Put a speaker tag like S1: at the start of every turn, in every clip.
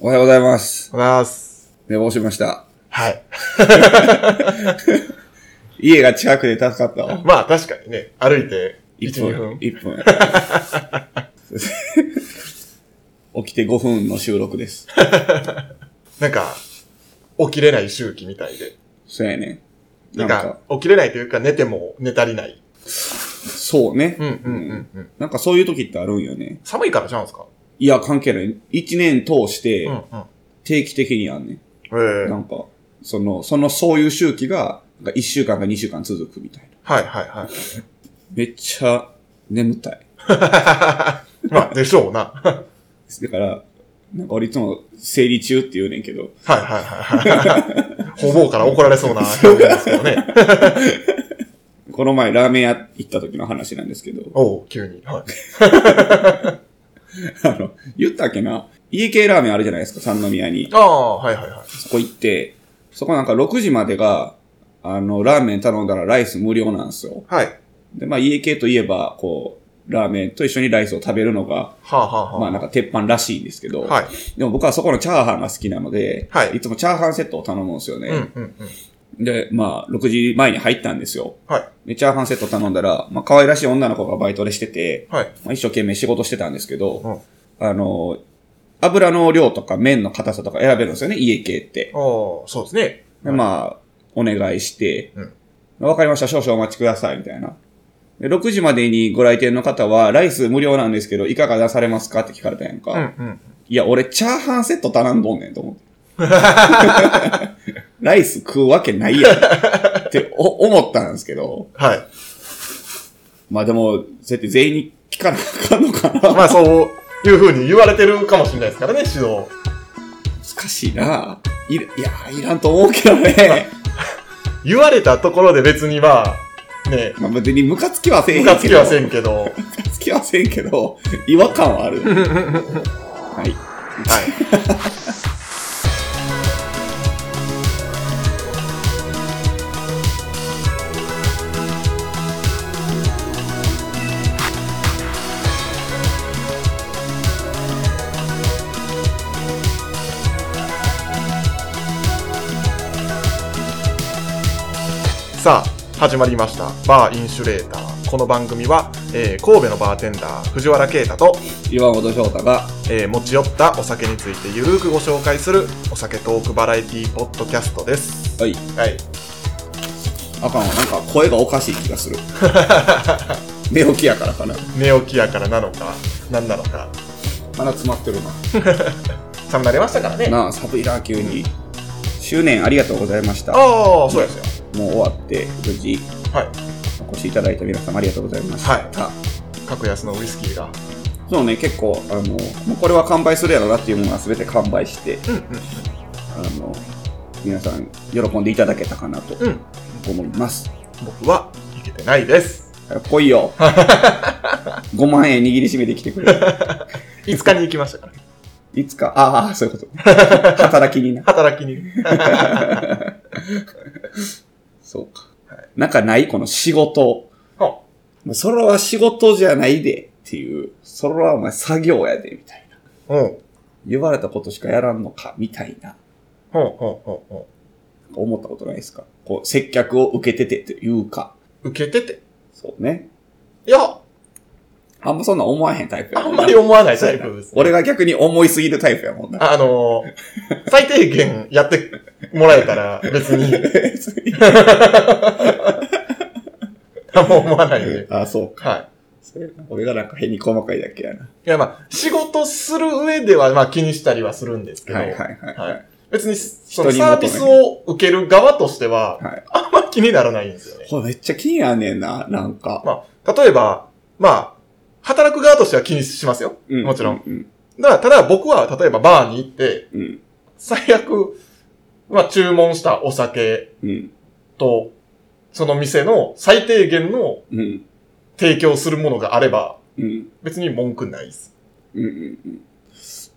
S1: おはようございます。
S2: おはようございます。
S1: 寝坊しました。
S2: はい。
S1: 家が近くで助かった わ。
S2: まあ確かにね、歩いて1、2分。
S1: 1分。 起きて5分の収録です。
S2: なんか、起きれない周期みたいで。
S1: そうやね。な
S2: なんん
S1: か、
S2: か、起きれないというか寝ても寝足りない。
S1: そうね、
S2: うんうんうんうん。
S1: なんかそういう時ってあるんよね。
S2: 寒いからじゃうんすか
S1: いや、関係ない。1年通して
S2: うんうん。
S1: 定期的にあんね。
S2: ええ
S1: なんか、その、その、そういう周期が、なんか1週間か2週間続くみたいな。
S2: はいはい は
S1: めっちゃ眠たい。
S2: い。まあでしょうな。 はい
S1: だから、なんか俺いつも生理中って言うねんけど、
S2: はいはいはい。方々から怒られ そうな表現ですけどね。
S1: この前ラーメン屋行った時の話なんですけ ど、
S2: おう、急に。はい。
S1: あの、言ったっけな、家系ラーメンあるじゃないですか、三宮に。
S2: ああ、はいはいはい。
S1: そこ行って、そこなんか6時までが、あの、ラーメン頼んだらライス無料なんですよ。
S2: はい。
S1: で、まあ家系といえば、こう、ラーメンと一緒にライスを食べるのが、
S2: はあはあ
S1: まあ
S2: は
S1: なんか鉄板らしいんですけ
S2: あ。
S1: ど、
S2: はい。
S1: でも僕はそこのチャーハンが好きなので、
S2: はい
S1: いつもチャーハンセットを頼むんですよね。
S2: うんうんうん。
S1: で、まあ、6時前に入ったんですよ。
S2: はい。
S1: で、チャーハンセット頼んだら、まあ、可愛らしい女の子がバイトでしてて、
S2: はい。
S1: まあ、一生懸命仕事してたんですけ
S2: うん
S1: ど、あの、油の量とか麺の硬さとか選べるんですよね、家系って。
S2: おう、そうですね。
S1: で、まあ、お願いして
S2: うん、
S1: わかりました、少々お待ちください、みたいな。で、6時までにご来店の方は、ライス無料なんですけど、いかが出されますかって聞かれたやんか。
S2: うんうん。
S1: いや、俺、チャーハンセット頼んどんねんと思って。 ライス食うわけないやん。ってお思ったんですけど。
S2: はい。
S1: まあでも、そうやって全員に聞かなあかんのかな。
S2: まあそういうふうに言われてるかもしれないですからね、指導。
S1: 難しいな。いるいや、いらんと思うけど ね。
S2: 言われたところで別にまあ、 ね、
S1: まあ別にムカつきはせん
S2: ム
S1: けど。
S2: カつきはせんけど。
S1: ムカつきはせんけど、違和感はある。はい。
S2: はい。さあ始まりました「バーインシュレーター」この番組は、えー神戸のバーテンダー藤原啓太と
S1: 岩本翔太が、
S2: えー持ち寄ったお酒についてゆるーくご紹介するお酒トークバラエティポッドキャストです。
S1: はい。
S2: はい。
S1: あかんわ。なんか声がおかしい気がす る。寝起きやからかな。
S2: 寝起きやからなのか、なんなのか。
S1: 鼻詰まってるな。
S2: 寒なれましたからね。あ
S1: なあ、サブイラー急に。周年ありがとうございました。も
S2: あー、そうですよ。
S1: う終わって、無事
S2: はい。
S1: お越しいただいた皆様ありがとうございました。
S2: は格安のウイスキーが。
S1: そうね、結構、あの、もうこれは完売するやろなっていうものは全て完売して、あ
S2: うん
S1: の、皆さん喜んでいただけたかなと
S2: うん。うん。
S1: 思います。
S2: 僕は、いけてないです。
S1: 早く来い よ。5万円握りしめてきてくれ。
S2: 5日に行きましたから。
S1: いつか、ああ、そういうこと。 働きにな。
S2: 働きに。
S1: そうか。なんかないこの仕事。
S2: は
S1: それは仕事じゃないでっていう。それはお前作業やで、みたいな。
S2: ほう。
S1: 言われたことしかやらんのか、みたいな、
S2: ほうほうほうほ
S1: 思ったことないですかこう、接客を受けててというか、
S2: う。受けてて。
S1: そうね。
S2: いや、
S1: あんまそんな思わへんタイプや
S2: あ
S1: も
S2: ん
S1: んな
S2: まり思わないタイプです、
S1: 俺が逆に思いすぎるタイプやもんな。
S2: あのー、最低限やってもらえたら別に、何も思わないんで。
S1: あ、そうか。
S2: はい。
S1: それ俺がなんか変に細かいだけやな。
S2: いや、まあ、仕事する上では、まあ、気にしたりはするんですけど、
S1: はいはいはい。は
S2: はいい別に、その
S1: 人に求めな
S2: サ
S1: い
S2: ービスを受ける側としては、
S1: はい。
S2: あんま気にならないんですよね。
S1: これめっちゃ気になんねんな、なんか。
S2: まあ、例えば、まあ、働く側としては気にしますよ。
S1: う
S2: もちろん。
S1: うん。
S2: だから、ただ僕は、例えばバーに行って、
S1: うん。
S2: 最悪、まあ、注文したお酒
S1: うん。
S2: と、その店の最低限の
S1: うん。うん。
S2: 提供するものがあれば、
S1: うん。
S2: 別に文句ないです。
S1: うん。うん。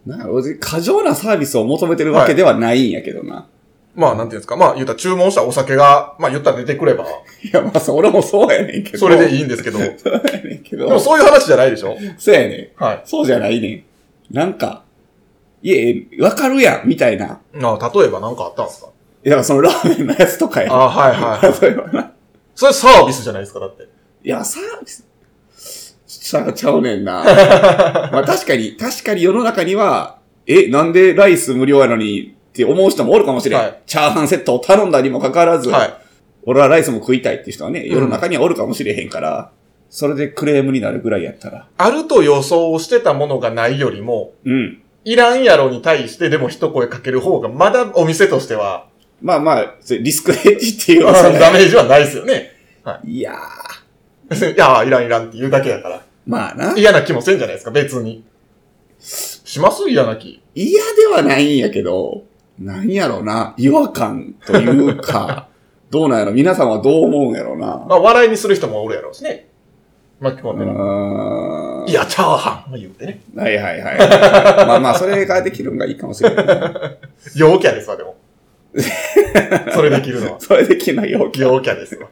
S1: なんか俺過剰なサービスを求めてるわけではないんやけどな。
S2: まあ、なんていうんですか。まあ、言ったら注文したお酒が、まあ、言ったら出てくれば、
S1: い、や、まあ、そう俺もそうやねんけど。
S2: それで
S1: い。
S2: いいんですけど。 で
S1: そうやねんけど。
S2: もそういう話じゃないでしょ
S1: そうやねん。
S2: はい。
S1: そうじゃないねん。なんか、いえ、わかるやん、みたいな。
S2: なあ、例えば何かあったんですか
S1: いや、そのラーメンのやつとかやん。
S2: あはいはいはい。
S1: 例えばな。
S2: それサービスじゃないですか、だって。
S1: いや、サービス、ちゃちゃうねん な。まあ確かに、確かに世の中には、え、なんでライス無料やのにって思う人もおるかもしれん。
S2: はい
S1: チャーハンセットを頼んだにもかかわらず、
S2: は
S1: 俺はライスも食いたいって人はね、世の中にはおるかもしれへんから、それでクレームになるぐらいやったら
S2: い。。あると予想してたものがないよりも、
S1: うん。
S2: いらんやろに対してでも一声かける方が、まだお店として は、
S1: まあまあ、それリスクヘッジっていうのはそれ
S2: ダメージはないですよ ね。
S1: いやー、
S2: 別にいや、いらんいらんって言うだけだから。
S1: まあな。
S2: 嫌な気もせんじゃないですか、別に。します嫌な気。
S1: 嫌ではないんやけど、なんやろな、違和感という か、どうなんやろ、皆さんはどう思うんやろな。
S2: まあ、笑いにする人もおるやろうしね。巻き込んでね。
S1: うーん
S2: いや、チャーハン言ってね。
S1: はいはいはい。まあまあ、それができるのがいいかもしれない。
S2: 陽キャですわ、で も。それできるのは。
S1: それできないよ。
S2: 陽キャですわ。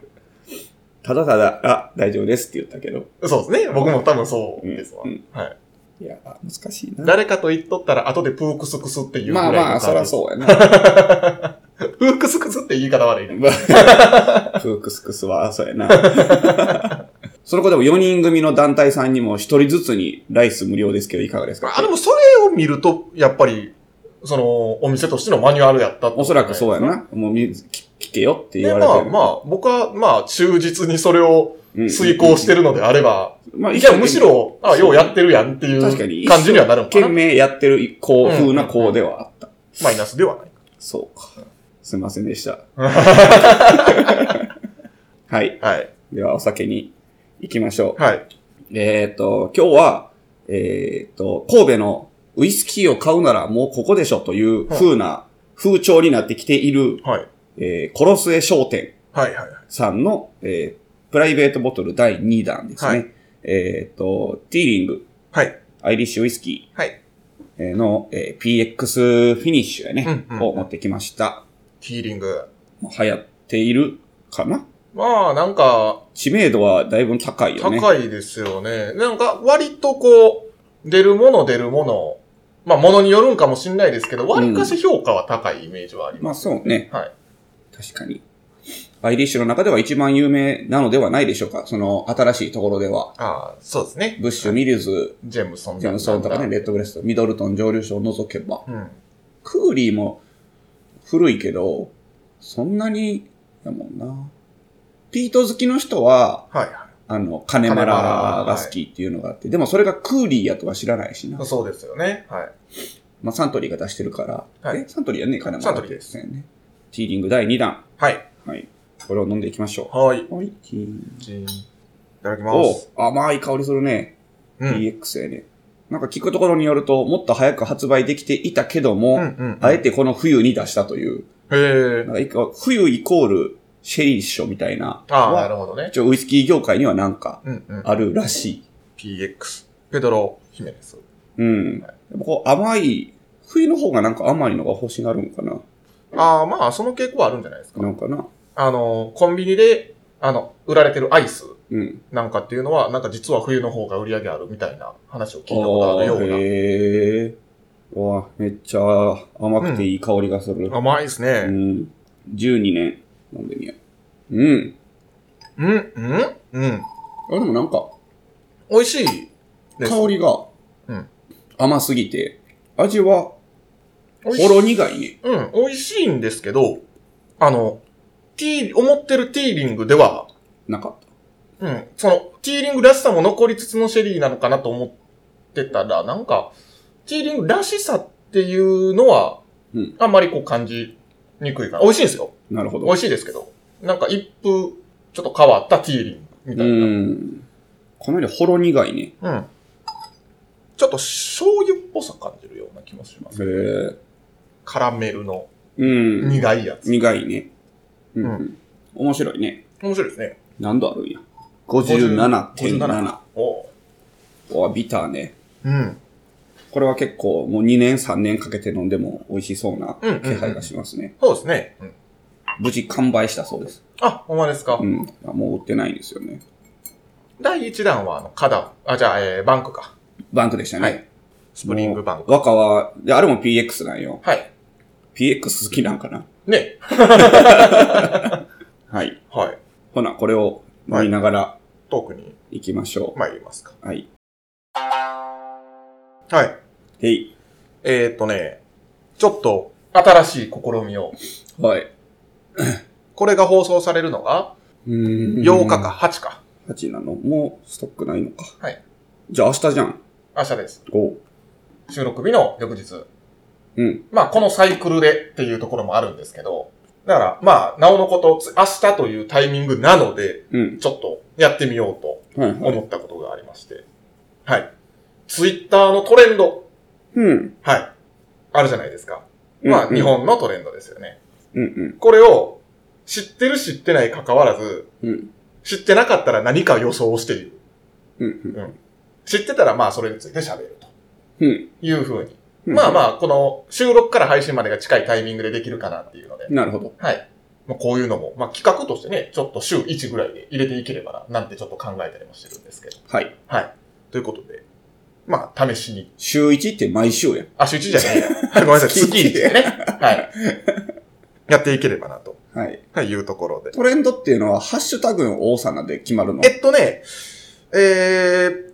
S1: ただただ、あ、大丈夫ですって言ったけど。
S2: そうですね。僕も多分そうですわ。
S1: うんうん
S2: はい。
S1: いや、難しいな。
S2: 誰かと言っとったら、後でプークスクスっていうぐら
S1: ま
S2: い
S1: あ
S2: の
S1: まあ、そら
S2: う。
S1: そうや な。
S2: プークスクスって言い方悪いね。
S1: まあフークスクスは、そうやな。 その子でも4人組の団体さんにも1人ずつにライス無料ですけど、いかがですか
S2: あ、でもそれを見ると、やっぱり、その、お店としてのマニュアルやったってこと
S1: おそらくそうやな。もうみ、聞聞けよって
S2: で
S1: 言われ
S2: ま
S1: て
S2: あ
S1: る。
S2: まあ、僕はまあ、忠実にそれを
S1: うん
S2: 遂行してるのであれば、
S1: まあ、
S2: いや、むしろ、あようやってるやんってい
S1: 確か
S2: う
S1: に
S2: 感じにはなるのか
S1: 懸
S2: な。
S1: 命やってる子、風な子ではあった。
S2: マイナスではない。
S1: そうか。すいませんで した。はい。
S2: はい。
S1: では、お酒に行きましょ
S2: はい。
S1: う。えっ、と、今日は、えっ、と、神戸のウイスキーを買うならもうここでしょという風な風潮になってきている、
S2: はい。
S1: えー、コロスエ商店
S2: はい。はい。
S1: さんの、えー、プライベートボトル第2弾ですね。
S2: はい
S1: えっ、と、ティーリング、
S2: はい。
S1: アイリッシュウイスキー、
S2: はい。
S1: えーの、えー PX フィニッシュやね、
S2: うんうん
S1: を持ってきました。
S2: ヒーリング。
S1: もう流行っているかな
S2: まあ、なんか、
S1: 知名度はだいぶ高いよね。
S2: 高いですよね。なんか、割とこう、出るもの出るもの、まあ、ものによるんかもしれないですけど、割かし評価は高いイメージはあり
S1: ま
S2: ま
S1: あ
S2: す。
S1: そうね。
S2: はい。
S1: 確かに。アイリッシュの中では一番有名なのではないでしょうか。その新しいところでは。
S2: ああ、そうですね。
S1: ブッシュ、ミルズ、
S2: ジェームソン
S1: ジャムソンとかね、レッドブレスト、ミドルトン蒸留所を除けば。
S2: うん。
S1: クーリーも古いけど、そんなに、だもんな。ピート好きの人は、
S2: はいは
S1: あの、金丸が好きっていうのがあって、でもそれがクーリーやとは知らないしな。
S2: い。そうですよね。はい。
S1: まあ、サントリーが出してるから。
S2: はい
S1: えサントリーやね、金丸
S2: サントリーです
S1: すよね。ティーリング第2弾。
S2: はい。
S1: はい。これを飲んでいきましょ。
S2: はい。いう
S1: はい、ティーリング。
S2: いただきま
S1: お
S2: す。
S1: 甘い香りするね。
S2: うん。
S1: DX やね。なんか聞くところによると、もっと早く発売できていたけども、
S2: うんうん。
S1: あ
S2: い。
S1: えてこの冬に出したという。
S2: へえ
S1: な。んかいか冬イコールシェリー賞みたいな。
S2: ああ、な
S1: は
S2: るほどね。
S1: 一応ウイスキー業界にはなんか
S2: うんうん。
S1: あるらしい。
S2: PX。ペドロ・ヒメネス。
S1: うん。やっぱこう甘い、冬の方がなんか甘いのが欲しがるんかな。
S2: ああ、まあ、その傾向はあるんじゃないですか。
S1: なんかな。
S2: あの、コンビニで、あの、売られてるアイス
S1: うん。
S2: なんかっていうのは、なんか実は冬の方が売り上げあるみたいな話を聞いたことあるよ
S1: あー
S2: う
S1: へえ。うわ、めっちゃ甘くていい香りがする。
S2: な。甘いです
S1: う
S2: ね。
S1: ん。12年飲んでみよう。うん。
S2: うん、うん、うん。
S1: あ、でもなんか、
S2: 美味しいです。
S1: 香りが
S2: うん
S1: 甘すぎて、味は
S2: 美味し
S1: ほ
S2: い。
S1: ろ苦いね。
S2: うん、美味しいんですけど、あの、ティー、思ってるティーリングでは、
S1: なかった。
S2: うん、その、ティーリングらしさも残りつつのシェリーなのかなと思ってたら、なんか、ティーリングらしさっていうのは
S1: うん、
S2: あんまりこう感じにくいかな。美味しいんですよ。
S1: なるほど。
S2: 美味しいですけど、なんか一風、ちょっと変わったティーリングみた
S1: う
S2: いな。
S1: ん。かなりほろ苦いね。
S2: うん。ちょっと醤油っぽさ感じるような気もします。
S1: へえ。
S2: カラメルの
S1: うん。
S2: 苦いやつ。
S1: 苦いね。うん。
S2: う
S1: 面白いね。
S2: 面白いですね。
S1: 何度あるんや。57.7
S2: 57。おう
S1: おビターね。
S2: うん。
S1: これは結構もう2年3年かけて飲んでも美味しそうな
S2: うんうんうん
S1: 気配がしますね。
S2: そうですね。うん、
S1: 無事完売したそうです。
S2: あ、ほんまですか。
S1: うん。もう売ってないんですよね。
S2: 第1弾は、あの、花壇。あ、じゃあ、えー、バンクか。
S1: バンクでしたね。
S2: はいスプリングバンク。
S1: 若は、で、あれも PX なんよ。
S2: はい。
S1: PX 好きなんかな
S2: ね。
S1: はい。
S2: はい。
S1: ほな、これを見ながら
S2: 特に
S1: 行きましょ
S2: 参りますか。
S1: う。はい。
S2: はい。
S1: へい。
S2: えーっとね、ちょっと新しい試みを。
S1: はい。
S2: これが放送されるのが
S1: うーん
S2: 8日。か8か。
S1: 8なのもうストックないのか。
S2: はい。
S1: じゃあ明日じゃん。
S2: 明日です。
S1: 5。
S2: 収録日の翌日。
S1: うん。
S2: まあ、このサイクルでっていうところもあるんですけど、だから、まあ、なおのこと、つ明日というタイミングなので、
S1: うん。
S2: ちょっとやってみようと
S1: はいはい。
S2: 思ったことがありまして。はい。ツイッターのトレンド。
S1: うん。
S2: はい。あるじゃないですか。まあ、
S1: うん
S2: 日。本のトレンドですよね。
S1: うんうん。
S2: これを、知ってる知ってない関わらず、
S1: うん。
S2: 知ってなかったら何か予想をしている。
S1: うんうん。
S2: 知ってたら、まあ、それについて喋ると
S1: うん。
S2: いうふうに。
S1: うん
S2: まあまあ、この収録から配信までが近いタイミングでできるかなっていうので。
S1: なるほど。
S2: はい。まあ、こういうのも、まあ、企画としてね、ちょっと週1ぐらいで入れていければな、なんてちょっと考えたりもしてるんですけど。
S1: はい。
S2: はい。ということで、まあ、試しに。
S1: 週1って毎週や。
S2: あ、週1じゃないや。ごめんなさい、月1でね。はい。やっていければな、と
S1: はい。
S2: はいいうところで。
S1: トレンドっていうのは、ハッシュタグの多さなんで決まるの。
S2: えっとね、えー、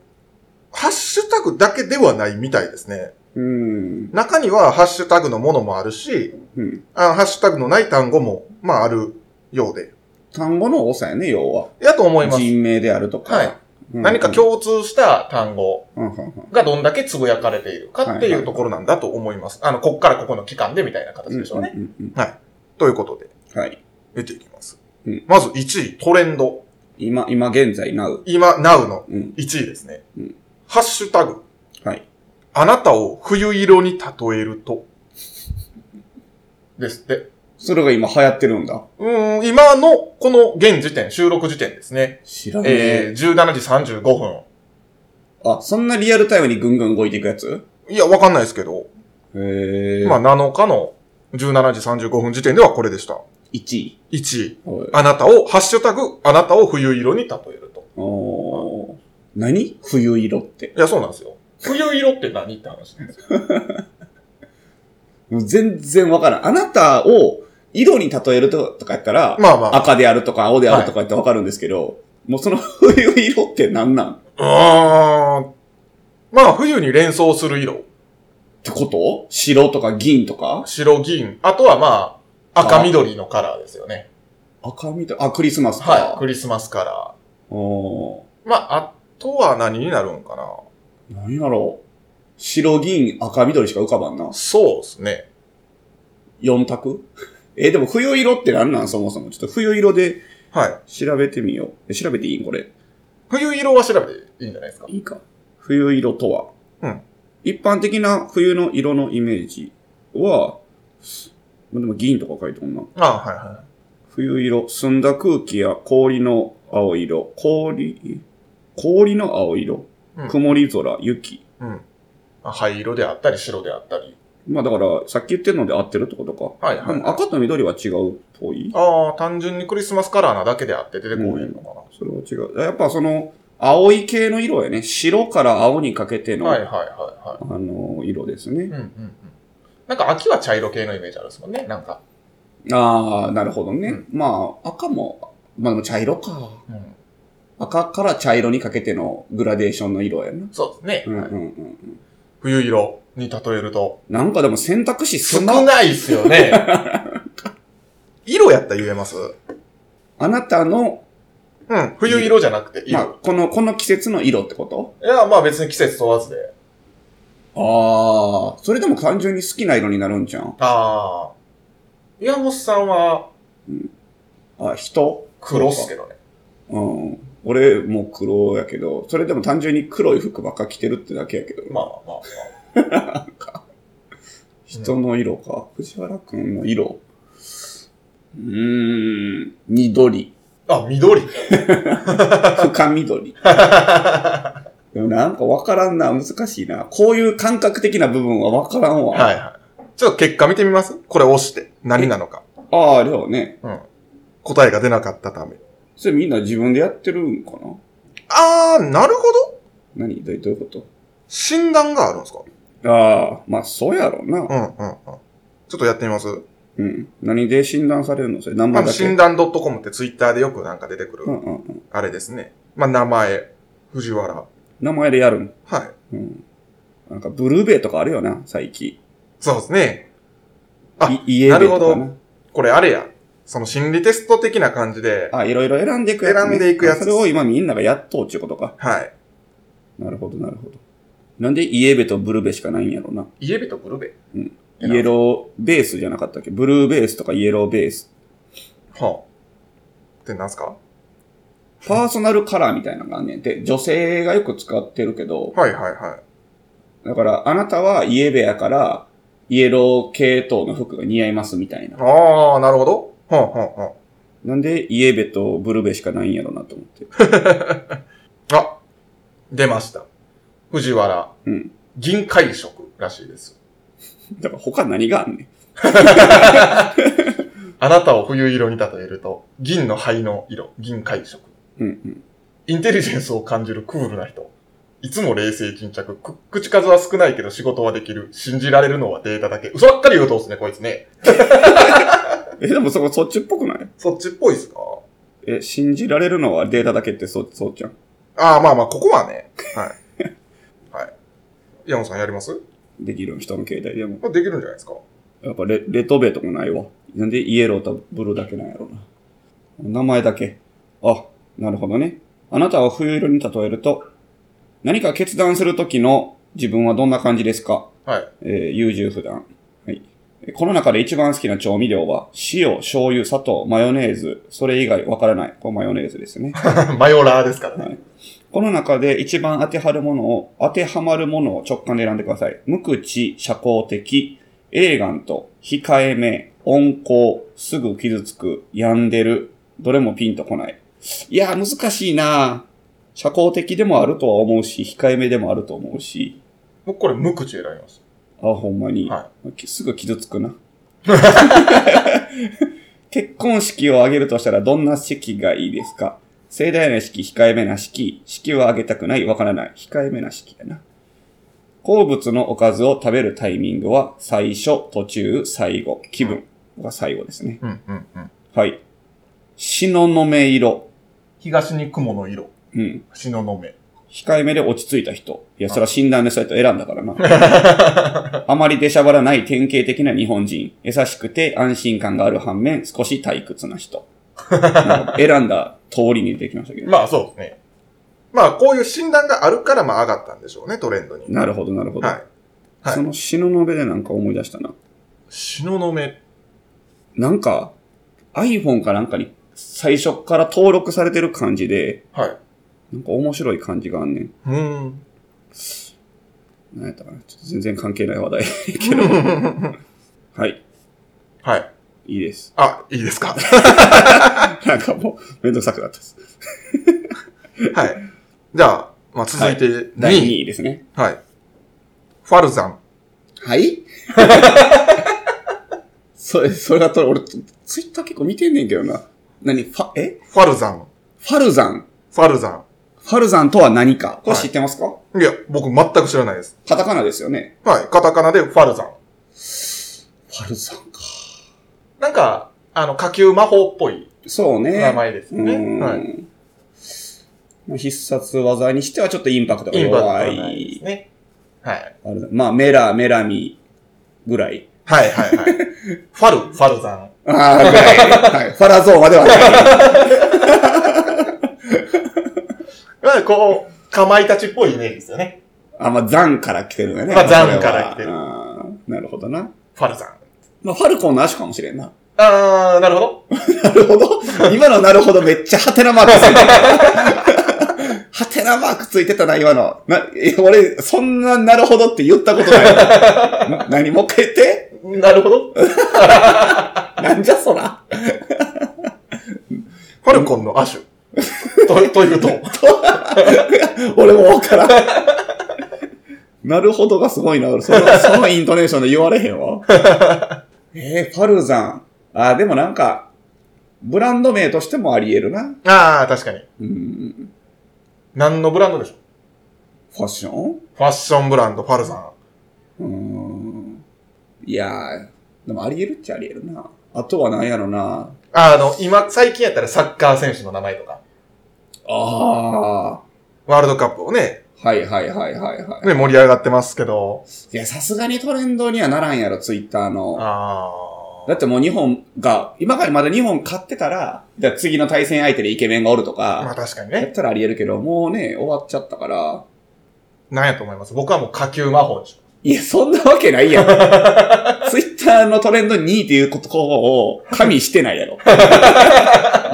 S2: ハッシュタグだけではないみたいですね。
S1: うーん。
S2: 中にはハッシュタグのものもあるし、
S1: うん。
S2: あハッシュタグのない単語も、まああるようで。
S1: 単語の多さやね、要は。
S2: やと思います。
S1: 人名であるとか。
S2: はい
S1: うん
S2: 何か共通した単語
S1: うんうんうん
S2: がどんだけつぶやかれているかっていうところなんだと思います。あの、こっからここの期間でみたいな形でしょうね。
S1: うんうん
S2: ということで、
S1: うんはい。
S2: 見ていきます。
S1: うん
S2: まず1位、トレンド。
S1: 今、今現在、なう。
S2: 今、now の
S1: うん。
S2: 1位ですね。
S1: うん
S2: ハッシュタグ。
S1: はい。
S2: あなたを冬色に例えると。ですって。
S1: それが今流行ってるんだ。
S2: うーん、今のこの現時点、収録時点ですね。
S1: 知らね
S2: えー、17時35分。
S1: あ、そんなリアルタイムにぐんぐん動いていくやつ
S2: いや、わかんないですけど、
S1: へえ。
S2: まあ7日の17時35分時点ではこれでした。
S1: 1位。
S2: 1位。
S1: おい
S2: あなたを、ハッシュタグ、あなたを冬色に例えると。
S1: おー何冬色って。
S2: いや、そうなんですよ。冬色って何って話なんですよ。
S1: もう全然わからん。あなたを色に例えるととかやったら、
S2: まあまあ。
S1: 赤であるとか青であるとかってわかるんですけど、もうその 冬色って何なんっ
S2: うーん。まあ、冬に連想する色。
S1: てこと白とか銀とか
S2: 白、銀。あとはまあ、赤緑のカラーですよね。
S1: 赤みたい。あ、クリスマスか。
S2: はい。クリスマスカラ
S1: おー
S2: ー。まあ、あとは何になるんかな。
S1: 何やろう。白、銀、赤、緑しか浮かばんな。
S2: そうですね。
S1: 四択え、でも冬色って何なんそもそも。ちょっと冬色で
S2: はい。
S1: 調べてみようえ。調べていいんこれ。
S2: 冬色は調べていいんじゃないですか。
S1: いいか。冬色とは。
S2: うん
S1: 一般的な冬の色のイメージは、までも銀とか書いてんな。
S2: あはいは
S1: 冬色、澄んだ空気や氷の青色、氷、氷の青色
S2: うん、
S1: 曇り空、雪。
S2: い。うん。あ灰色であったり、白であったり。
S1: まあだから、さっき言ってるので合ってるってことか。
S2: はい
S1: で
S2: はい。
S1: も赤と緑は違うっぽい
S2: ああ、単純にクリスマスカラーなだけであって出てこういうのか
S1: それは違う。やっぱその、青い系の色やね。白から青にかけて
S2: な。
S1: の、
S2: はいはいはいはい。
S1: あの、色です
S2: うん
S1: ね。
S2: うんうん。なんか秋は茶色系のイメージあるんですもんね。なんか。
S1: ああ、なるほどね。
S2: うん
S1: まあ、赤も、まあでも茶色か。
S2: うん、
S1: 赤から茶色にかけてのグラデーションの色やな。
S2: そうですね、
S1: うんうん
S2: はい
S1: うん。
S2: 冬色に例えると。
S1: なんかでも選択肢
S2: 少
S1: 少な
S2: ないっすよ ね。色やったら言えます
S1: あなたの、
S2: うん。冬色じゃなくて色。
S1: まあ、この、この季節の色ってこと
S2: いや、まあ別に季節問わずで。
S1: ああ、それでも単純に好きな色になるんじゃん。
S2: ああ。岩本さんは
S1: あ、人
S2: 黒っすけどね。
S1: うん。俺もう黒やけど、それでも単純に黒い服ばっか着てるってだけやけど。
S2: まあまあまあ。
S1: 人の色か。藤原くんの色。うーん、緑。
S2: あ、緑。
S1: 深 緑。でもなんかわからんな、難しいな。こういう感覚的な部分はわからんわ。
S2: はいはい。ちょっと結果見てみますこれ押して。何なのか。
S1: ああ、でもね。
S2: 答えが出なかったため。
S1: それみんな自分でやってるんかな
S2: あー、なるほど。
S1: 何どうどういうこと
S2: 診断があるんですか
S1: ああ、まあ、そうやろうな。
S2: うんうんうん。ちょっとやってみます
S1: うん。何で診断されるのそれ、名
S2: ま
S1: 前
S2: あ、
S1: だ
S2: 診
S1: け。
S2: 断 .com ってツイッターでよくなんか出てくる、
S1: うんうんうん。
S2: あれですね。まあ、名前、藤原。は
S1: 名前でやるん。
S2: い。
S1: うん。なんか、ブルーベイとかあるよな、最近。
S2: そうですね。あ
S1: いイエベイとか
S2: なる
S1: な。
S2: これあれや。その心理テスト的な感じで、
S1: あ、いろいろ選んでいくやつ、ね。
S2: 選んでいくやつ
S1: あそれを今みんながやっとうちゅうことか。
S2: はい。
S1: なるほど、なるほど。なんでイエベとブルベしかないんやろな。
S2: イエベとブルベ。
S1: イエローベースじゃなかったっけブルーベースとかイエローベース。
S2: はあ。ってなんすか
S1: パーソナルカラーみたいなのがあんねんて、女性がよく使ってるけど、
S2: はいはいはい。
S1: だからあなたはイエベやから、イエロー系統の服が似合いますみたいな。
S2: ああ、なるほど。はあはあは
S1: なんでイエベとブルベしかないんやろなと思って。
S2: あ。あ、出ました。藤原。
S1: うん。
S2: 銀海色らしいです。
S1: だから他何があんねん。
S2: あなたを冬色に例えると、銀の灰の色、銀海色。
S1: うんうん。
S2: インテリジェンスを感じるクールな人。いつも冷静沈着。く口数は少ないけど仕事はできる。信じられるのはデータだけ。嘘ばっかり言うとですね、こいつね。
S1: え、でもそこそっちっぽくない
S2: そっちっぽいっすか
S1: え、信じられるのはデータだけってそ、そうちゃん。
S2: ああ、まあまあ、ここはね。はい。 はい。山本さんやります
S1: できる人の携帯でも。
S2: まあできるんじゃないですか
S1: やっぱレ、レトベとかないわ。なんでイエローとブルーだけなんやろな。名前だけ。あ、なるほどね。あなたを冬色に例えると、何か決断するときの自分はどんな感じですか
S2: はい。
S1: えー、優柔不断。はい。この中で一番好きな調味料は、塩、醤油、砂糖、マヨネーズ、それ以外わからない。これマヨネーズですね。
S2: マヨラーですからね。
S1: この中で一番当てはるものを、当てはまるものを直感で選んでください。無口、社交的、エレガント、控えめ、温厚、すぐ傷つく、病んでる、どれもピンとこない。いやー、難しいなー社交的でもあるとは思うし、控えめでもあると思うし、
S2: 僕これ無口選びまし
S1: あ、ほんまに。
S2: た。はい。
S1: きすぐ傷つくな。結婚式を挙げるとしたらどんな式がいいですか盛大な式、控えめな式、式は挙げたくない、わからない、控えめな式やな。好物のおかずを食べるタイミングは最初、途中、最後、気分が最後ですね。
S2: うんうんうん。
S1: はい。しののめ色。
S2: 東に雲の色。
S1: うん。
S2: 篠の目。
S1: 控えめで落ち着いた人。いや、それは診断でそうやって選んだからな。 あまり出しゃばらない典型的な日本人。優しくて安心感がある反面、少し退屈な 人。なんか選んだ通りに出てきましたけど。
S2: まあそうですね。まあこういう診断があるからまあ上がったんでしょうね、トレンドに。
S1: なるほど、なるほど。
S2: はい。はい
S1: その篠の部でなんか思い出したな。
S2: 篠の目。
S1: なんか、iPhone かなんかに最初から登録されてる感じで、
S2: はい。
S1: なんか面白い感じがあんねん。
S2: うーん。
S1: なんやったかな。ちょっと全然関係ない話題け ど。はい、
S2: はい。
S1: いいです。
S2: あ、いいです か。
S1: なんかもう、めんどくさくなったです。
S2: はい。じゃあ、まあ続いて2位。は
S1: 第2
S2: い。
S1: 位ですね。
S2: ファルザン。
S1: はい それ、それがと、俺、ツイッター結構見てんねんけどな。何ファ、え
S2: ファルザン。
S1: ファルザン。
S2: ファルザ
S1: ファルザンとは何かこれ
S2: はい
S1: 知ってますか、
S2: ン。いや、僕全く知らないです。
S1: カタカナですよね。
S2: はい。カタカナでファルザン。
S1: ファルザンか。
S2: なんか、あの、下級魔法っぽい
S1: そうね。
S2: 名前です
S1: う
S2: よね。
S1: ん、
S2: はい。
S1: まあ必殺技にしてはちょっとインパクトが
S2: インパクト
S1: 弱
S2: が
S1: い。
S2: ないですね。はい。
S1: あれだまあ、メラ、メラミぐらい。
S2: はいはいはい。ファル、ファルザン。
S1: ああ、ぐらい。 はい。ファラゾーまではない。
S2: まあ、こう、かまいたちっぽいイメージですよね。
S1: あ、まあ、ザンから来てるよね。
S2: まあザンから来てる
S1: あーなるほどな。
S2: ファルザン。
S1: まあ、ファルコンの足かもしれんな。
S2: あー、なるほど。
S1: なるほど。今のなるほどめっちゃハテナマークついてた。 ハテナマークついてたな、今の。な、え俺、そんななるほどって言ったことない な。何もう一回言って
S2: なるほど。フ
S1: なんじゃそら。
S2: ァルコンの亜種。と、というと。
S1: 俺もわからん。なるほどがすごいな。俺その、そのイントネーションで言われへんわ。 えー、パルザン。あー、でもなんか、ブランド名としてもあり得るな。
S2: あー、確かに。
S1: うん。
S2: 何のブランドでしょう
S1: ファッション
S2: ファッションブランド、ファルザン。
S1: うーん。いやー、でもありえるっちゃありえるな。あとはなんやろな。
S2: あの、今、最近やったらサッカー選手の名前とか、
S1: あ
S2: ワールドカップをね、
S1: ー。はいはいはいはいはい。
S2: ね、盛り上がってますけど。
S1: いや、さすがにトレンドにはならんやろ、ツイッターの。
S2: あ
S1: だってもう日本が、今からまだ日本勝ってたら、じゃあ次の対戦相手でイケメンがおると
S2: あ。まあ
S1: か、
S2: 確かに
S1: やっ
S2: ね。
S1: たらありえるけど、もうね、終わっちゃったから。
S2: なんやと思います僕はもう下級魔法でし
S1: いや、そんなわけないやん。 ツイッターのトレンド2位っていうことを加味してないやろ。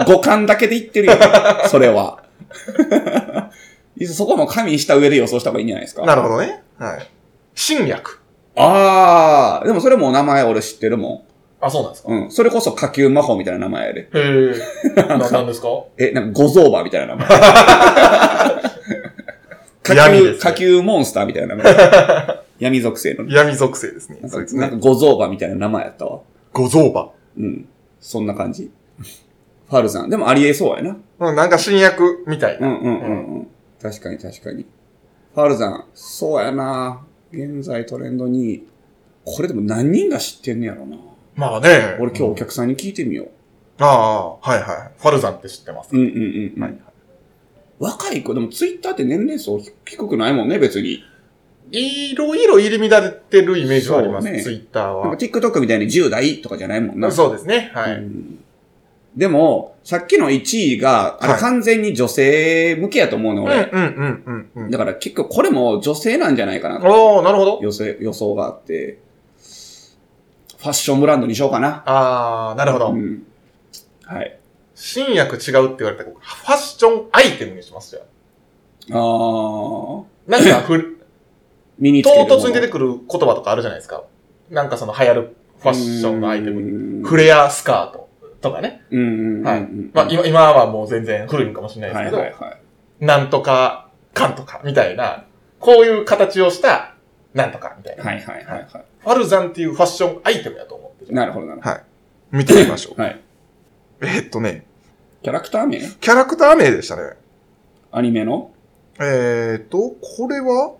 S1: 五感だけで言ってるやん、それは。いやそこも加味した上で予想した方がいいんじゃないです
S2: ょ。
S1: か。
S2: なるほどね。はい。侵略。
S1: あー、でもそれもお名前俺知ってるも
S2: あ、そうなんですか
S1: ん。うん。それこそ下級魔法みたいな名前やで。
S2: へえ。 な、なんですか
S1: え、なんか、ゴゾーバーみたいな名前。下
S2: 闇
S1: 級、
S2: ですね
S1: 下級モンスターみたいな名前。闇属性のね。
S2: 闇属性ですね
S1: な。ん
S2: そいつ
S1: か、なん
S2: ね。
S1: かゴゾーバーみたいな名前やったわ。
S2: 五蔵馬。
S1: うん。そんな感じ。ファルザン。でもありえそうやな。
S2: うん、なんか新薬みたいな。
S1: うんうんうんうん。確かに確かに。ファルザン。そうやな。現在トレンドに、これでも何人が知ってんねやろな。
S2: まあね。
S1: 俺今日お客さんに聞いてみよう。
S2: ああ、はいはい。ファルザンって知ってます。
S1: うんうんうんうん。若い子、でもツイッターって年齢層低くないもんね、別に。
S2: いろいろ入り乱れてるイメージはありま
S1: そう
S2: す、
S1: ね
S2: ツイッター
S1: なんか。
S2: は
S1: TikTok みたいに10代とかじゃないもんな。
S2: そうですね。はい。
S1: うんでも、さっきの1位が、あれ
S2: はい
S1: 完全に女性向けやと思うの、
S2: うん
S1: 俺。
S2: うんうんうんうん。
S1: だから結構これも女性なんじゃないかなと
S2: おー、なるほど。
S1: 予想予想があって、ファッションブランドにしようかな。
S2: あー、なるほど
S1: う。ん。はい。
S2: 新薬違うって言われたら、ファッションアイテムにしますじゃ
S1: あ
S2: ん。
S1: ー、
S2: なんかふる、
S1: 身につ
S2: 唐
S1: けるもの。
S2: 突に出てくる言葉とかあるじゃないですか。なんかその流行るファッションのアイテムに。
S1: ム
S2: フレアスカートとかね。
S1: うんうんうんうん。
S2: はいまあ今今はもう全然古いのかもしれない
S1: は
S2: で
S1: い
S2: すけど、
S1: はいはい。
S2: なんとか、かんとかみたいな、こういう形をした、なんとかみたいな。
S1: はいはいはいは
S2: ファルザンっていうファッションアイテムやと思って
S1: い。なるほどなるほ
S2: 見てみましょ
S1: ど。はい。
S2: う。えっとね、
S1: キャラクター名
S2: キャラクター名でしたね。
S1: アニメの
S2: えっと、これは、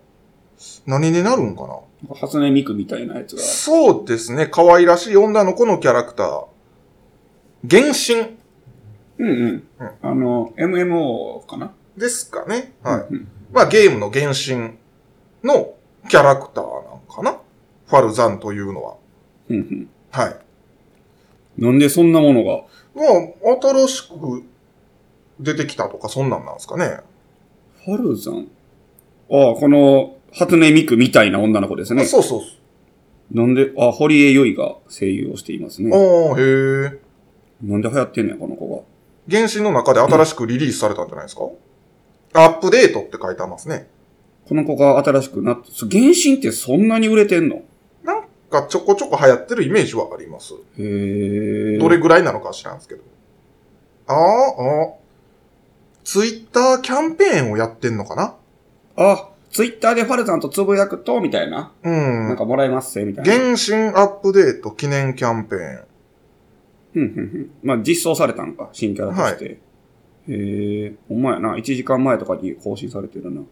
S2: 何になるんかな
S1: 初音ミクみたいなやつが。
S2: そうですね。可愛らしい女の子のキャラクター。原神
S1: うんうん
S2: うん。
S1: あの、MMO かな
S2: ですかね。
S1: い。うん
S2: い。まあゲームの原神のキャラクターなんかなファルザンというのは。
S1: うん
S2: はい。
S1: うん。なんでそんなものが
S2: まあ、新しく出てきたとか、そんなんなんですかね。
S1: ファルザンああ、この、初音ミクみたいな女の子ですね。
S2: そうそうそ
S1: なんで、あ、堀江由衣が声優をしていますね。
S2: う。ああ、へえ。
S1: なんで流行ってんねや、この子が。
S2: 原神の中で新しくリリースされたんじゃないですかアップデートって書いてありますね。
S1: この子が新しくなって、そ原神ってそんなに売れてんの
S2: がちょこちょこ流行ってるイメージはあります。
S1: へえ。
S2: どれぐらいなのかは知らんすけど。あーあ、ツイッターキャンペーンをやってんのかな
S1: あ、ツイッターでファルザンとつぶやくと、みたいな。
S2: う
S1: なん
S2: ん。
S1: かもらえますみたいな。
S2: 原神アップデート記念キャンペーン。
S1: うんうんうん。まあ、実装されたんか、新キャラとして。へえ、ほんまやな。1時間前とかに更新されてるな。
S2: フ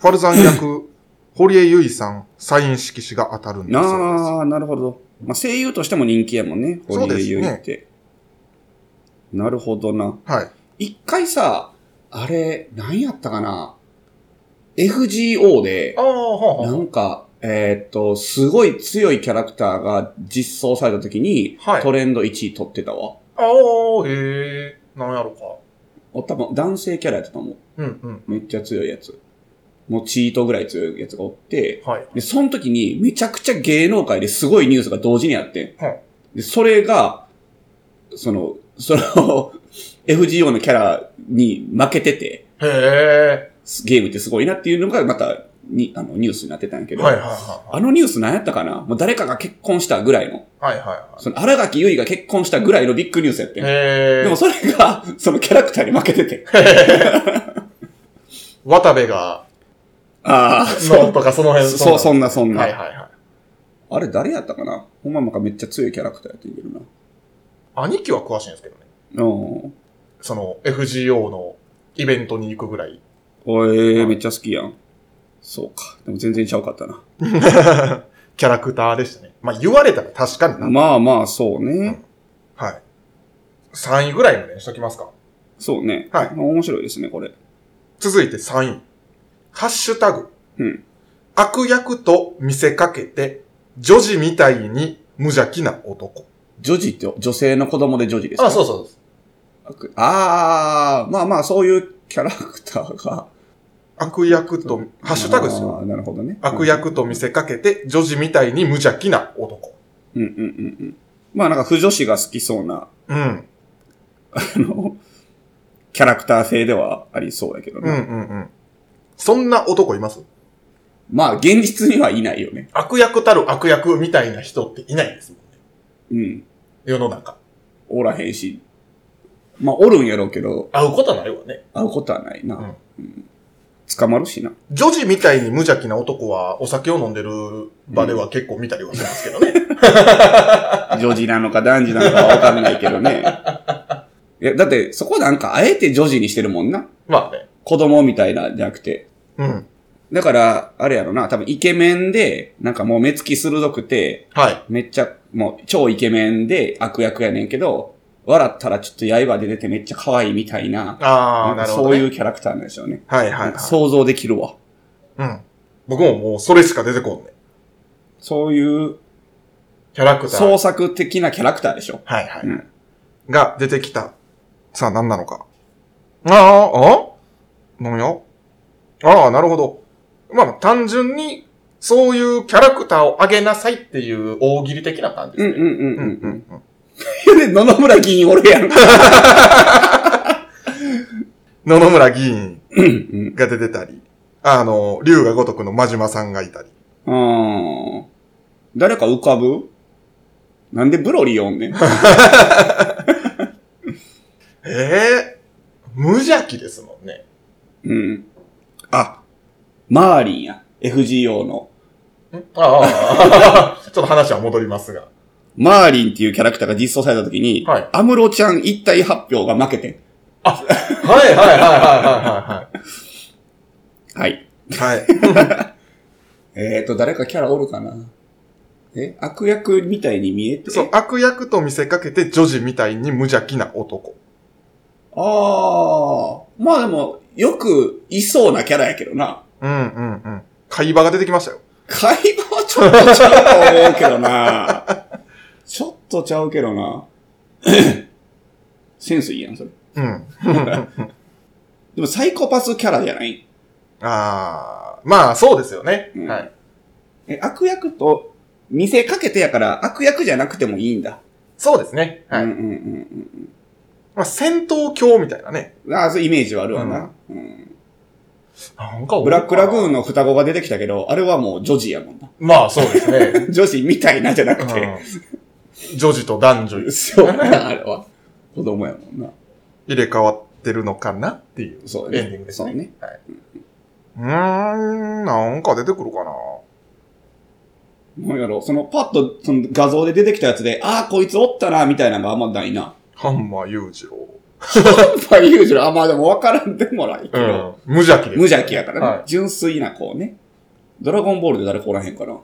S2: ァルザン 役、堀江由衣さん、サイン色紙が当たるんだそう
S1: なあ、なるほど。まあ、声優としても人気やもんね。
S2: そうですね
S1: 堀江優衣って。なるほどな。
S2: です。はい。
S1: 一回さ、あれ、何やったかな ?FGO で
S2: あ、あ、は
S1: なんか、えーっと、すごい強いキャラクターが実装された時に、
S2: はい
S1: トレンド1位取ってたわ。
S2: ああ、へえ、なんやろか。
S1: お多分男性キャラやったと思う。
S2: うんうん。
S1: めっちゃ強いやつ。もうチートぐらい強いやつがおって、
S2: はい。
S1: で、その時にめちゃくちゃ芸能界ですごいニュースが同時にあって、
S2: はい
S1: で、それが、その、その FGO のキャラに負けてて、
S2: へえ、
S1: ゲームってすごいなっていうのがまたにあのニュースになってたんやけど、
S2: はいはいは
S1: あのニュース何やったかなもう誰かが結婚したぐらいの、
S2: い。はいはいは
S1: その荒垣結衣が結婚したぐらいのビッグニュースやって
S2: い。
S1: ん。
S2: へえ。
S1: でもそれが、そのキャラクターに負けて て。
S2: 渡部が、
S1: ああ、そ
S2: の
S1: う。
S2: とかその辺
S1: そう、そんなそんな。
S2: はいはいはい。
S1: あれ誰やったかなほんまなんかめっちゃ強いキャラクターやっていけるな。
S2: 兄貴は詳しいんですけどね。
S1: うん。
S2: その FGO のイベントに行くぐらい。
S1: おえー、めっちゃ好きやん。そうか。でも全然ちゃうかったな。
S2: キャラクターでしたね。まあ言われたら確かにな。
S1: まあまあ、そうね。
S2: はい。3位ぐらいまでにしときますか。
S1: そうね。
S2: はい
S1: まあ面白いですね、これ。
S2: 続いて3位。ハッシュタグ。
S1: うん
S2: 悪役と見せかけて、女児みたいに無邪気な男。
S1: 女児って、女性の子供で女児ですか
S2: あ、そうそう。
S1: う。ああ、まあまあ、そういうキャラクターが。
S2: 悪役と、ハッシュタグですよ。
S1: あーなるほどね。
S2: 悪役と見せかけて、女児みたいに無邪気な男。
S1: うんうんうんうん。まあなんか、不女子が好きそうな、
S2: うん。
S1: あの、キャラクター性ではありそうやけど
S2: うんう
S1: ね。
S2: んうん。そんな男います
S1: まあ、現実にはいないよね。
S2: 悪役たる悪役みたいな人っていないですもんね。
S1: うん。
S2: 世の中。
S1: おらへんし。まあ、おるんやろうけど、
S2: 会うことないわね。
S1: 会うことはないな。
S2: う
S1: うんん捕まるしな。
S2: 女児みたいに無邪気な男は、お酒を飲んでる場では結構見たりはしますけどね。
S1: 女児なのか男児なのかわかんないけど ね。いや、だって、そこなんか、あえて女児にしてるもんな。
S2: まあね。
S1: 子供みたいな、じゃなくて。
S2: うん。
S1: だから、あれやろな、多分イケメンで、なんかもう目つき鋭くて、
S2: はい。
S1: めっちゃ、もう超イケメンで悪役やねんけど、笑ったらちょっと刃で出てめっちゃ可愛いみたいな、
S2: あ
S1: な
S2: あ、
S1: ん
S2: な
S1: か
S2: る
S1: そ
S2: ほど、
S1: う
S2: ね。。
S1: いううキャラクターなんでしょうね。
S2: はいはいはい。
S1: 想像できるわ。
S2: うん。僕ももうそれしか出てこんね。
S1: そういう
S2: キャラクター。
S1: 創作的なキャラクターでしょ。
S2: はいはい。
S1: うん
S2: が出てきた。さあ何なのか。ああ、あ何やああ、なるほど。まあ単純に、そういうキャラクターをあげなさいっていう大喜利的な感じ
S1: う
S2: で
S1: ん
S2: す
S1: うん
S2: ね。
S1: うんうん
S2: う
S1: うんん。で、野々村議員おるやん。
S2: 野々村議員
S1: うん
S2: が出てたり、あの、龍が如くの真島さんがいたり。
S1: うん。あー誰か浮かぶなんでブロリーおんねん。
S2: ええ無邪気ですもんね。
S1: うん。あ、マーリンや。FGO の。
S2: んああ、 ちょっと話は戻りますが。
S1: マーリンっていうキャラクターが実装された時に、
S2: はい
S1: アムロちゃん一体発表が負けて
S2: はいはいはいはいはいはい。
S1: ん。はい。
S2: はい。
S1: えーと、誰かキャラおるかなえ、悪役みたいに見えて。
S2: そう、悪役と見せかけて女児みたいに無邪気な男。
S1: ああ、まあでも、よくいそうなキャラやけどな。
S2: うんうんうん。会話が出てきましたよ。
S1: 会話はちょっとちゃうと思うけどな。ちょっとちゃうけどな。 センスいいやん、それ。
S2: うん。
S1: でもサイコパスキャラじゃない
S2: あー、まあそうですよね。
S1: うん
S2: はい。
S1: え、悪役と見せかけてやから悪役じゃなくてもいいんだ。
S2: そうですね。はい。
S1: うんうんうん
S2: まあ戦闘狂みたいなね。
S1: うん。ああ、そうイメージはあるわな、うん
S2: なんか
S1: ブラックラグー
S2: ン。
S1: ンの双子が出てきたけど、あれはもう女児やもんな。
S2: まあそうです ね。
S1: 女児みたいなじゃなくて。
S2: うん女児と男女
S1: そうやな、あれは。子供やもんな。
S2: 入れ替わってるのかなっていう
S1: そう
S2: エ
S1: ね。
S2: ンディングですね。
S1: そうね。
S2: はい。うーん、なんか出てくるかな。
S1: なんやろ、そのパッとその画像で出てきたやつで、ああ、こいつおったな、みたいなのがあんまないな。
S2: ハンマー裕次郎。
S1: やっぱユージュあん までもわからんでもないけど、
S2: 無邪気です。
S1: 無邪気やからね、
S2: はい
S1: 純粋な子ね。ドラゴンボールで誰こらへんかな。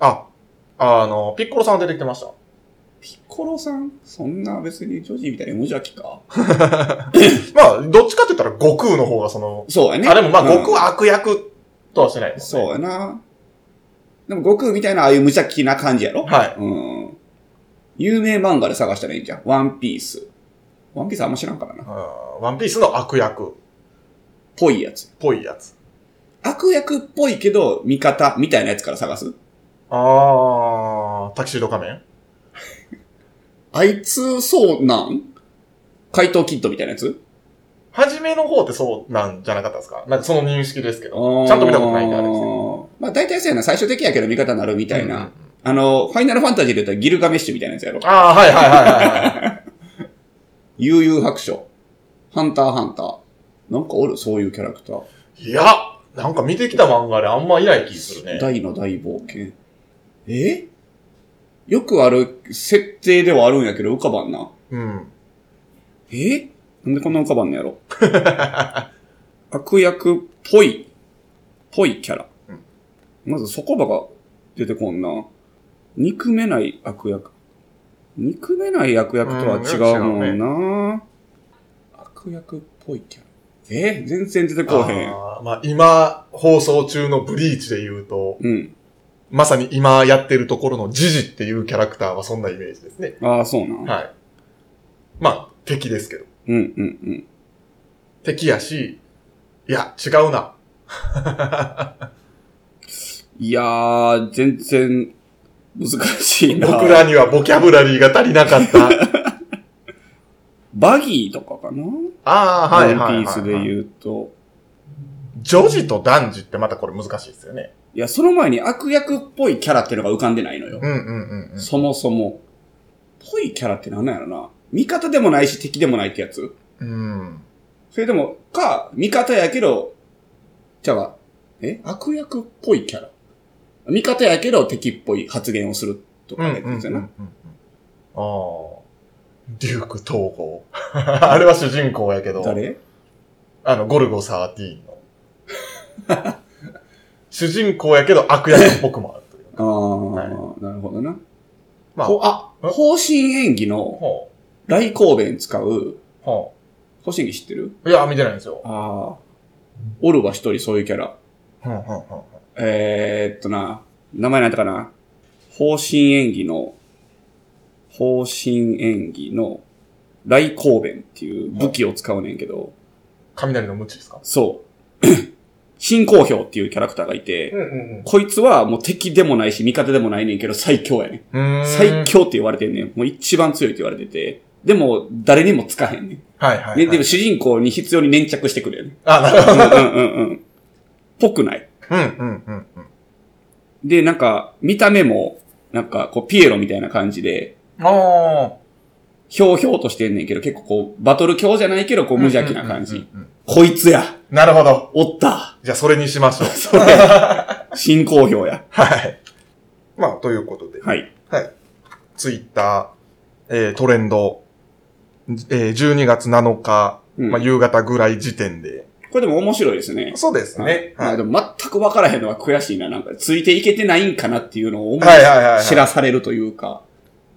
S2: あ、あの、ピッコロさん出てきてました。
S1: ピッコロさんそんな別に女児みたいに無邪気か。
S2: まあ、どっちかって言ったら悟空の方がその、
S1: そうやね。
S2: あ、でもまあ、
S1: うん
S2: 悟空は悪役とはしてないもんね。
S1: そうやな。でも悟空みたいなああいう無邪気な感じやろ
S2: はい。
S1: うん。有名漫画で探したらいいんじゃん。ワンピース。ワンピースあんま知らんからな。
S2: うんワンピースの悪役っ
S1: ぽいやつ。
S2: ぽいやつ。
S1: 悪役っぽいけど、味方みたいなやつから探す。
S2: あー、タキシード仮面
S1: あいつ、そうなん怪盗キッドみたいなやつ
S2: 初めの方ってそうなんじゃなかったですかなんかその認識ですけ
S1: ち
S2: ど。ちゃんと見たことないんであれですけど。
S1: まあ大体そうやな、最終的やけど味方になるみたい
S2: うんうんう
S1: な。
S2: ん
S1: あの、ファイナルファンタジーで言ったらギルガメッシュみたいなやつやろ。
S2: あー、はいはいはいはいはい。
S1: 悠々白書。ハンターハンター。なんかおるそういうキャラクター。
S2: い や、なんか見てきた漫画であんまいない気するね。
S1: 大の大冒険。えよくある設定ではあるんやけど浮かばんな。
S2: うん。
S1: え なんでこんな浮かばんのやろ悪役っぽいぽいキャラ。
S2: うん
S1: まずそこばが出てこんな。憎めない悪役。憎めない悪役とは違うもんな。悪役っぽいキャラ。え全然出てこうへん。
S2: あーまあ、今、放送中のブリーチで言うと、
S1: うん。
S2: まさに今やってるところのジジっていうキャラクターはそんなイメージですね。
S1: ああ、そうなん。
S2: はい。まあ、敵ですけど。
S1: うんうんうん。
S2: 敵やし、いや、違うな。
S1: いやー、全然難しいな。
S2: 僕らにはボキャブラリーが足りな かった。
S1: バギーとかかな
S2: ああ、はいはいはい、
S1: ワ
S2: は
S1: ン
S2: い。
S1: ピースで言うと。
S2: 女児と男児ってまたこれ難しいですよね。
S1: いや、その前に悪役っぽいキャラっていうのが浮かんでないのよ
S2: う。んうんうんうん。
S1: そもそも。ぽいキャラってなんなんやろな。味方でもないし敵でもないってやつ
S2: うん。
S1: それでも、か、味方やけど、じゃあ、え悪役っぽいキャラ。味方やけど敵っぽい発言をすると
S2: うん
S1: か
S2: う
S1: の
S2: ん
S1: やつ
S2: う
S1: です
S2: んうんう
S1: よ
S2: ん。
S1: な。
S2: ああ。デューク統合。 あれは主人公やけど。
S1: 誰
S2: あの、ゴルゴ13の。 主人公やけど悪役っぽくもあるという。
S1: ああ、
S2: は
S1: なるほどな。
S2: まあ
S1: ほ、あ、
S2: え
S1: 方針演技の
S2: ほう。
S1: 来光弁使う、
S2: ほ
S1: 方針演技知ってる
S2: う。いや、見てないんですよ。
S1: ああ。オルは一人そういうキャラ。
S2: ほうほうほ
S1: えー、っとな、名前なんだかな。方針演技の、方針演技の、来光弁っていう武器を使うねんけど、
S2: う。雷の無知ですか
S1: そう。 新公表っていうキャラクターがいて、
S2: んうん
S1: こいつはもう敵でもないし味方でもないねんけど最強やねん。
S2: うん。
S1: 最。強って言われてんねん。もう一番強いって言われてて。でも、誰にもつかへんねん。
S2: はいはい、はい。
S1: ででも主人公に必要に粘着してくるよね。
S2: あ、なるほ
S1: う
S2: ど。
S1: んうんうんうん。ぽくない。
S2: うんうんうんうん。
S1: で、なんか、見た目も、なんか、こう、ピエロみたいな感じで、
S2: あ
S1: ひょうひょうとしてんねんけど、結構こう、バトル強じゃないけど、こ
S2: あ。
S1: う、無邪気な感
S2: うんう
S1: じ
S2: ん。うんうん。
S1: こいつや
S2: なるほど。
S1: おった
S2: じゃあ、 それにしましょう。
S1: それ、新公表や。
S2: はい。まあ、ということで。
S1: はい。
S2: ツイッター、えートレンド、えー12月7日、
S1: うん
S2: まあ、夕方ぐらい時点で。
S1: これでも面白いですね。
S2: そうですね。
S1: ま
S2: は
S1: あ
S2: い。
S1: でも全く分からへんのは悔しいな。なんか、ついていけてないんかなっていうのを思い
S2: はいはいはいはい
S1: 知らされるというか。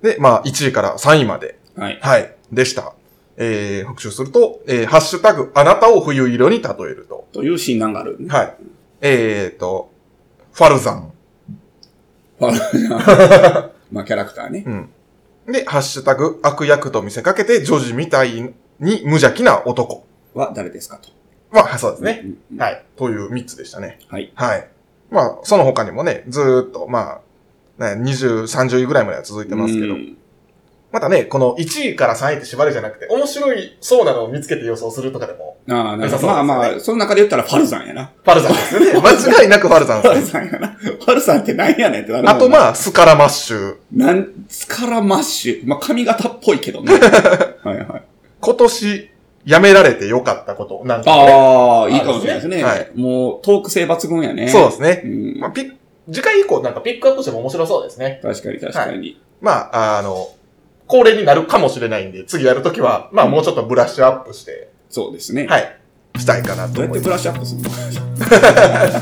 S2: で、まあ、1位から3位まで。
S1: はい。
S2: はい。でした。えー、復習すると、えー、ハッシュタグ、あなたを冬色に例えると。
S1: という診断がある、ね。
S2: はい。えーと、ファルザン。
S1: まあ、キャラクターね。
S2: うん。で、ハッシュタグ、悪役と見せかけて、女児みたいに無邪気な男。
S1: は誰ですかと。
S2: まあ、そうですね。
S1: うん。うん
S2: はい。という3つでしたね。
S1: はい。
S2: はい。まあ、その他にもね、ずーっと、まあ、ね、20、30位ぐらいまでは続いてますけど
S1: う、ん
S2: またね、この1位から3位って縛りじゃなくて、面白いそうなのを見つけて予想するとかでも、
S1: ああ、なるほど。
S2: 良さそうですね
S1: まあまあ、その中で言ったらファルザンやな。
S2: ファルザンですよね。 間違いなくファルザン
S1: ファ
S2: で
S1: ル
S2: すね。
S1: さんやな。ファルさんって何やねんってなるもん
S2: あと
S1: な、
S2: まあ、スカラマッシュ。
S1: なん、スカラマッシュ。まあ、髪型っぽいけど ね。はいはい。
S2: 今年、やめられてよかったこと。なんか、ね、
S1: ああ、いいかもしれないですね。
S2: はい
S1: もう、トーク性抜群やね。
S2: そうですね。
S1: うん
S2: まあ、ピッ次回以降なんかピックアップしても面白そうですね。
S1: 確かに確かに。
S2: まあ、あの、恒例になるかもしれないんで、次やるときは、まあ、もうちょっとブラッシュアップして、
S1: そうですね。
S2: はい、したいかな
S1: ど
S2: と
S1: うやっ
S2: 思
S1: て
S2: い
S1: ブ
S2: ま
S1: ラッシュアップす る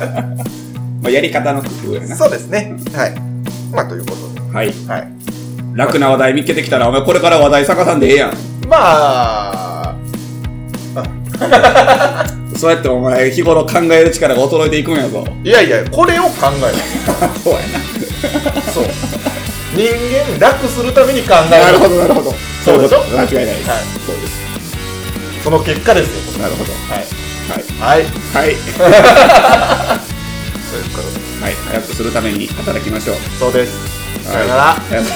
S1: のまあやり方の工夫や
S2: す。
S1: な。
S2: そうですね。はい。まあ、ということで。
S1: はい。
S2: はい。
S1: 楽な話題見つけてきたら、お前これから話題探さんでええやん。
S2: まあ、
S1: そうやってお前日頃考える力が衰えていくんやぞ。
S2: いやいや、これを考え
S1: そうや
S2: る。そう。人間楽するために考え
S1: な。なる
S2: る。
S1: ほど、なるほど。
S2: そうでしょ
S1: 間違いない。
S2: はい
S1: そうです。
S2: その結果ですよ。
S1: なるほど。
S2: は
S1: は
S2: い。
S1: い。
S2: はい。
S1: はい。
S2: そういう
S1: は
S2: ことで
S1: い。早くするために働きましょう。
S2: そうです。
S1: はい
S2: さよなら。
S1: さよなら。